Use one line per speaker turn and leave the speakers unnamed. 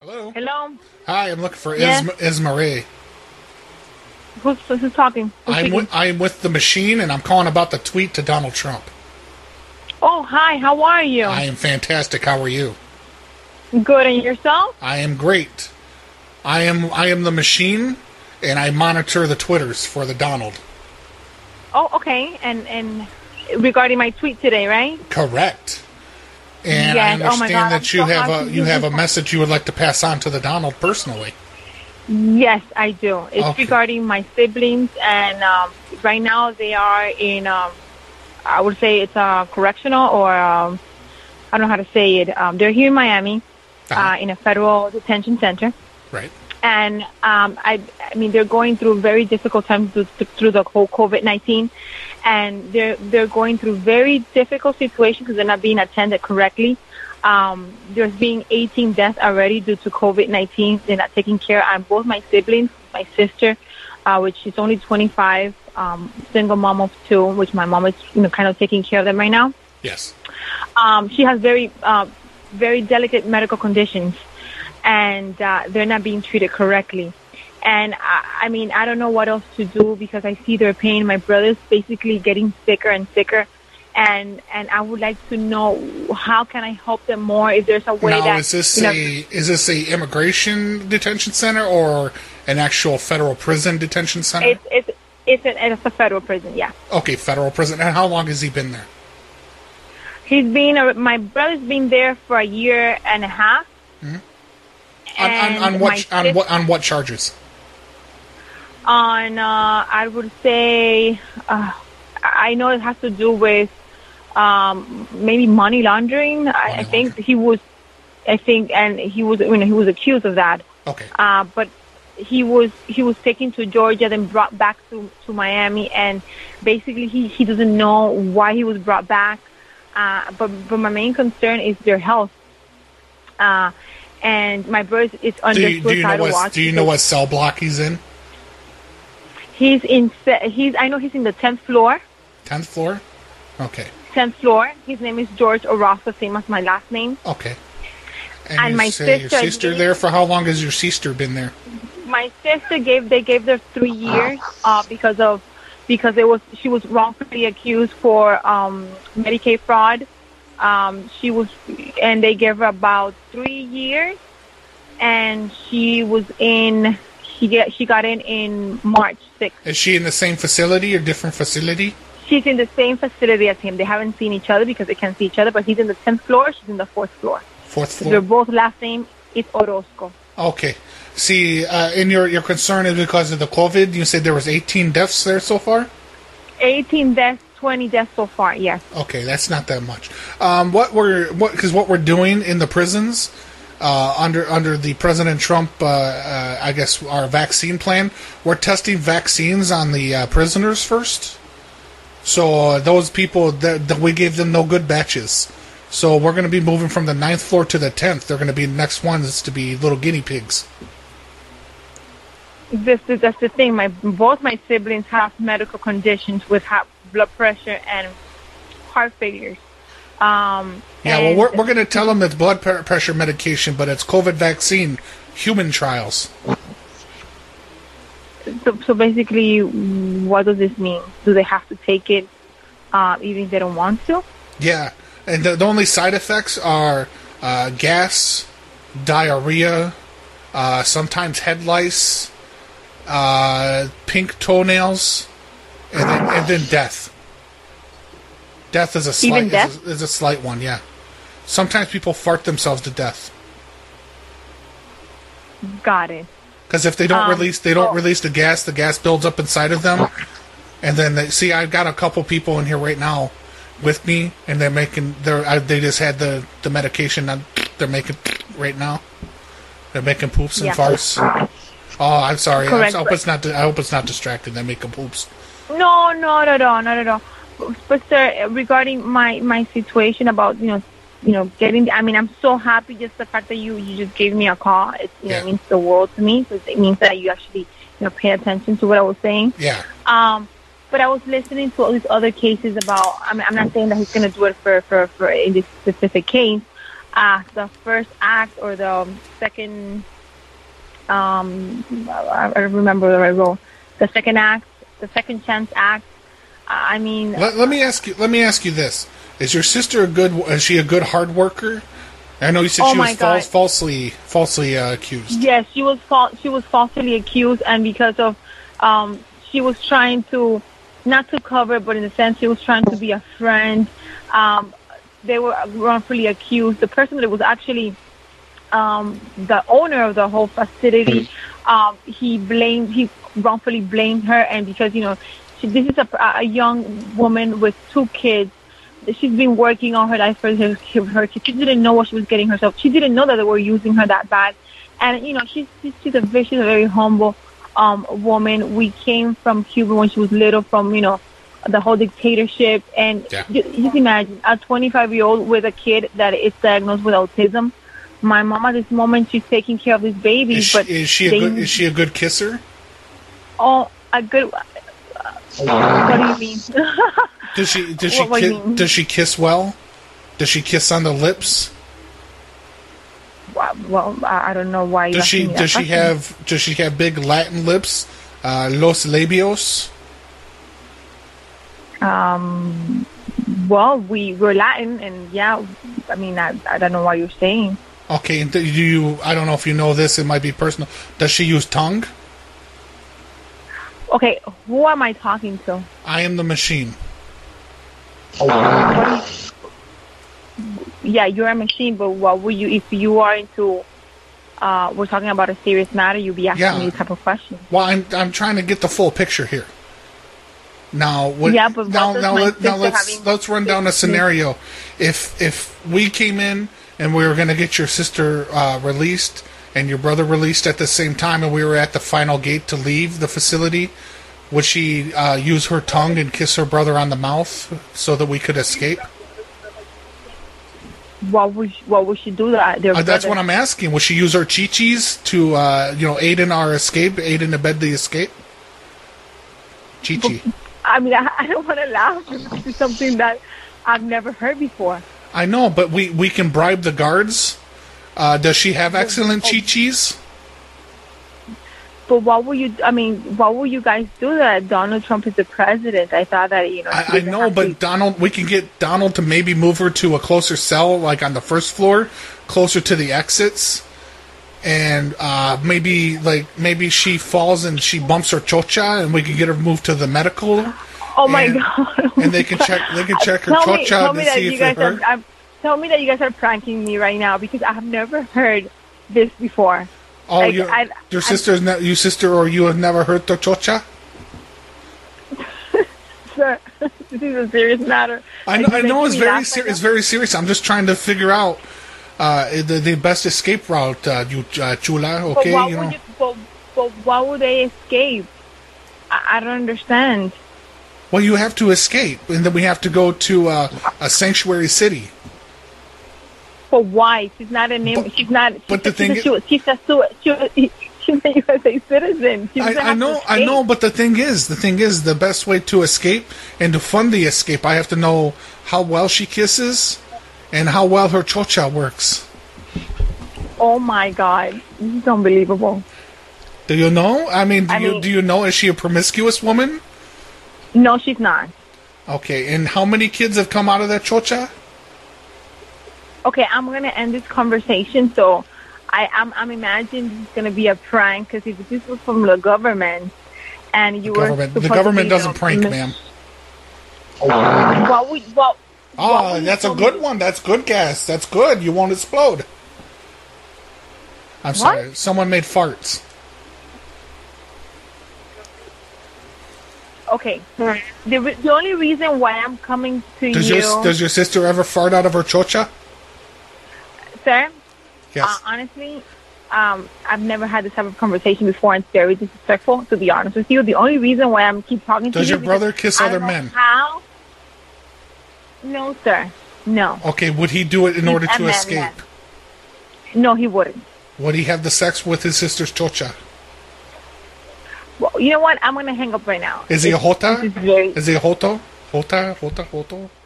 Hello.
Hello.
Hi, I'm looking for
Yes.
Is, Is Marie.
Who's who's talking? Who's
I'm
speaking?
with, I'm with the machine, and I'm calling about the tweet to Donald Trump.
oh, hi. How are you?
I am fantastic. How are you?
Good. And yourself?
I am great. I am I am the machine, and I monitor the twitters for the Donald.
Oh, okay. And and regarding my tweet today, right?
Correct. And
Yes,
I
oh my
understand
God, I'm
that you
so
have
happy
a
to
you
hear
have a
this.
message you would like to pass on to the Donald personally.
Yes, I do. It's
Okay.
regarding my siblings, and um, right now they are in. Um, I would say it's uh, correctional, or um, I don't know how to say it. Um, they're here in Miami,
Uh-huh.
uh, in a federal detention center.
Right.
and um, I, I mean they're going through very difficult times through, through the whole COVID nineteen, and they're they're going through very difficult situations because they're not being attended correctly. Um, there's being 18 deaths already due to COVID 19. They're not taking care. I'm both my siblings, my sister, uh, which is only 25, um, single mom of two, which my mom is you know kind of taking care of them right now
Yes.
um, she has very uh, very delicate medical conditions, and uh, they're not being treated correctly. And I, I mean, I don't know what else to do because I see their pain. My brother's basically getting sicker and sicker, and and I would like to know how can I help them more if there's a way
Now
that
is this
you know,
a is this a immigration detention center or an actual federal prison detention center?
it's it's it's, an, it's a federal prison, yeah.
okay, federal prison. And how long has he been there?
He's been a, my brother's been there for a year and a half.
On, on, on
And
what
my
ch- on
sis-
what on what charges?
on uh, I would say uh, I know it has to do with um, maybe money laundering. I, I
Money
think
laundering.
he was, I think, and he was, you know, he was accused of that.
Okay.
Uh, but he was he was taken to Georgia, then brought back to to Miami, and basically he he doesn't know why he was brought back. Uh, but but my main concern is their health. Uh, and my brother is under
do you, do you know
suicidal
what
watch.
do you know
because-
what cell block he's in?
He's in. se- He's. I know he's in the tenth floor.
Tenth floor. Okay.
Tenth floor. His name is George Orasa, same as my last name.
Okay.
And
you
my
say your
sister, I
sister
believe-
there for how long has your sister been there?
My sister gave. They gave her three years uh, because of because it was she was wrongfully accused for um, Medicaid fraud. Um, she was, and they gave her about three years, and she was in. She get. She got in in March sixth.
Is she in the same facility or different facility?
She's in the same facility as him. They haven't seen each other because they can't see each other. But he's in the tenth floor. She's in the fourth floor.
Fourth
Their
floor.
both last name is Orozco.
Okay. See, uh, and your your concern is because of the COVID. You said there was 18 deaths there so far.
18 deaths, 20 deaths so far, yes.
Okay, that's not that much. Um, what we're what because what we're doing in the prisons uh, under under the President Trump, uh, uh, I guess our vaccine plan, we're testing vaccines on the uh, prisoners first. So uh, those people that, that we gave them no good batches. So we're going to be moving from the ninth floor to the tenth. They're going to be the next ones to be little guinea pigs.
This is that's the thing. My both my siblings have medical conditions with high blood pressure and heart failures. Um,
Yeah,
and
well, we're, we're going to tell them it's blood pre- pressure medication, but it's COVID vaccine human trials.
so, so basically, what does this mean? Do they have to take it uh, even if they don't want to?
Yeah, and the, the only side effects are uh, gas, diarrhea, uh, sometimes head lice, uh, pink toenails, and then, and then death. Death is a slight
Even death?
Is, a, is a slight one. Yeah, sometimes people fart themselves to death
Got it.
because if they don't
Um,
release they don't
oh.
release the gas, the gas builds up inside of them, and then they see. I've got a couple people in here right now with me, and they're making they're I, they just had the the medication that they're making right now. They're making poops and
Yeah.
farts. Oh, I'm sorry. I,
Correct,
hope
but-
it's not. I hope it's not distracting. They're making poops.
No, not at all, not at all. But, but sir, regarding my my situation about you know, you know, getting. I mean, I'm so happy just the fact that you you just gave me a call. It you
Yeah.
know, means the world to me because it means that you actually you know pay attention to what I was saying.
Yeah.
Um, but I was listening to all these other cases about. I mean, I'm not saying that he's going to do it for for for in this specific case. Uh, the first act or the um, second um, I, I remember what I wrote, the second act, the second chance act. uh, I mean,
Let, let me ask you. Let me ask you this: Is your sister a good? Is she a good hard worker? I know you said
Oh
she
my
was
God.
false, falsely, falsely uh, accused.
Yes, she was fal- she was falsely accused, and because of um, she was trying to not to cover, but in a sense, she was trying to be a friend. Um, they were wrongfully accused. The person that was actually um, the owner of the whole facility, um, he blamed he wrongfully blamed her, and because you know she, this is a, a young woman with two kids. She's been working all her life for her, her kids. She didn't know what she was getting herself. She didn't know that they were using her that bad and you know she's she's, she's a very she's a very humble um woman we came from cuba when she was little from you know the whole dictatorship and
Yeah.
ju- just imagine a 25 year old with a kid that is diagnosed with autism my mom at this moment she's taking care of this baby
Is she,
but
is she a
they-
good? Is she a good kisser?
oh a good uh, what do you mean
Does she? Does she?
What- what do you
ki-
mean?
does she kiss well? Does she kiss on the lips?
well i I don't know why you're
Does she?
asking me that
Does she
question.
have? Does she have big Latin lips? Uh, los labios.
um well we we're latin and yeah i mean i, I don't know why you're saying
Okay, and do you? I don't know if you know this. It might be personal. Does she use tongue?
Okay, who am I talking to?
I am the machine.
Yeah, you're a machine, but what would you if you are into? Uh, we're talking about a serious matter. You'd be asking
Yeah.
me these type of questions.
Well, I'm I'm trying to get the full picture here. Now, what,
Yeah, but what
now
does
now,
my
let, now
sister
let's
having-
let's run down a scenario. If if we came in and we were going to get your sister uh, released and your brother released at the same time, and we were at the final gate to leave the facility, would she uh, use her tongue and kiss her brother on the mouth so that we could escape?
What would you, what would she do? That their
Uh, that's
brother-
what I'm asking. Would she use her chichis to uh, you know aid in our escape, aid in the bed the escape? Chichi.
I mean, I, I don't want to laugh. because It's something that I've never heard before.
I know, but we, we can bribe the guards. Uh, does she have excellent
oh,
chi chis?
But what would you? I mean, what would you guys do? That Donald Trump is the president. I thought that you know. he
I, I
doesn't
know,
have
but
to-
Donald, we can get Donald to maybe move her to a closer cell, like on the first floor, closer to the exits, and uh, maybe like maybe she falls and she bumps her chocha, and we can get her moved to the medical,
oh my
and-
god!
and they can check they can check her
tell me,
chocha
tell
to
me that
see
you
if it
guys
hurt.
are, I'm, tell me that you guys are pranking me right now because I have never heard this before.
Oh,
like,
your
I've-
your
I've-
sister's ne- you sister or you have never heard the chocha?
Sir, this is a serious matter.
I know,
Like,
I
you
know
make
it's
me
very
laugh
ser-
right
it's
now.
very serious. I'm just trying to figure out uh, the the best escape route. Uh, you uh, chula,
But
okay?
why
You
would
know,
you? But, but why would they escape? I, I don't understand.
well, you have to escape, and then we have to go to uh, a sanctuary city.
But why? She's not an. im-
But-
she's not. She's
but the
a,
thing
she's a, she- she's a, su- she was- she's a USA citizen. She doesn't
I, I
have to
know, I
escape.
know, but the thing is, the thing is, the best way to escape and to fund the escape, I have to know how well she kisses and how well her chocha works.
Oh my god, this is unbelievable.
Do you know? I mean, do
I
you
mean-
do you know? Is she a promiscuous woman?
No, she's not.
Okay, and how many kids have come out of that chocha?
okay, I'm gonna end this conversation. So, I, I'm, I'm imagining this is gonna be a prank because if this was from the government and you were
Government. The
supposed to
government
be,
doesn't
um,
prank,
mis-
ma'am.
What would what? what
Oh,
would you
that's a
tell
good
me?
one. That's good gas. That's good. You won't explode. I'm sorry. Someone made farts.
Okay, the, re- the only reason why I'm coming to
Does
you,
your does your sister ever fart out of her chocha?
sir,
Yes.
uh, honestly. Um, I've never had this type of conversation before, and it's very disrespectful. To be honest with you, the only reason why I'm keep talking to you
Does your
is
brother
because
kiss
I
other
don't know
men?
How? No, sir. No,
okay. Would he do it in order
a
to
man,
escape?
man. no, he wouldn't.
Would he have the sex with his sister's chocha?
Well, you know what? I'm gonna hang up right now.
Is he a
This-
jota?
This is very.
Is he a joto? Jota, jota, joto.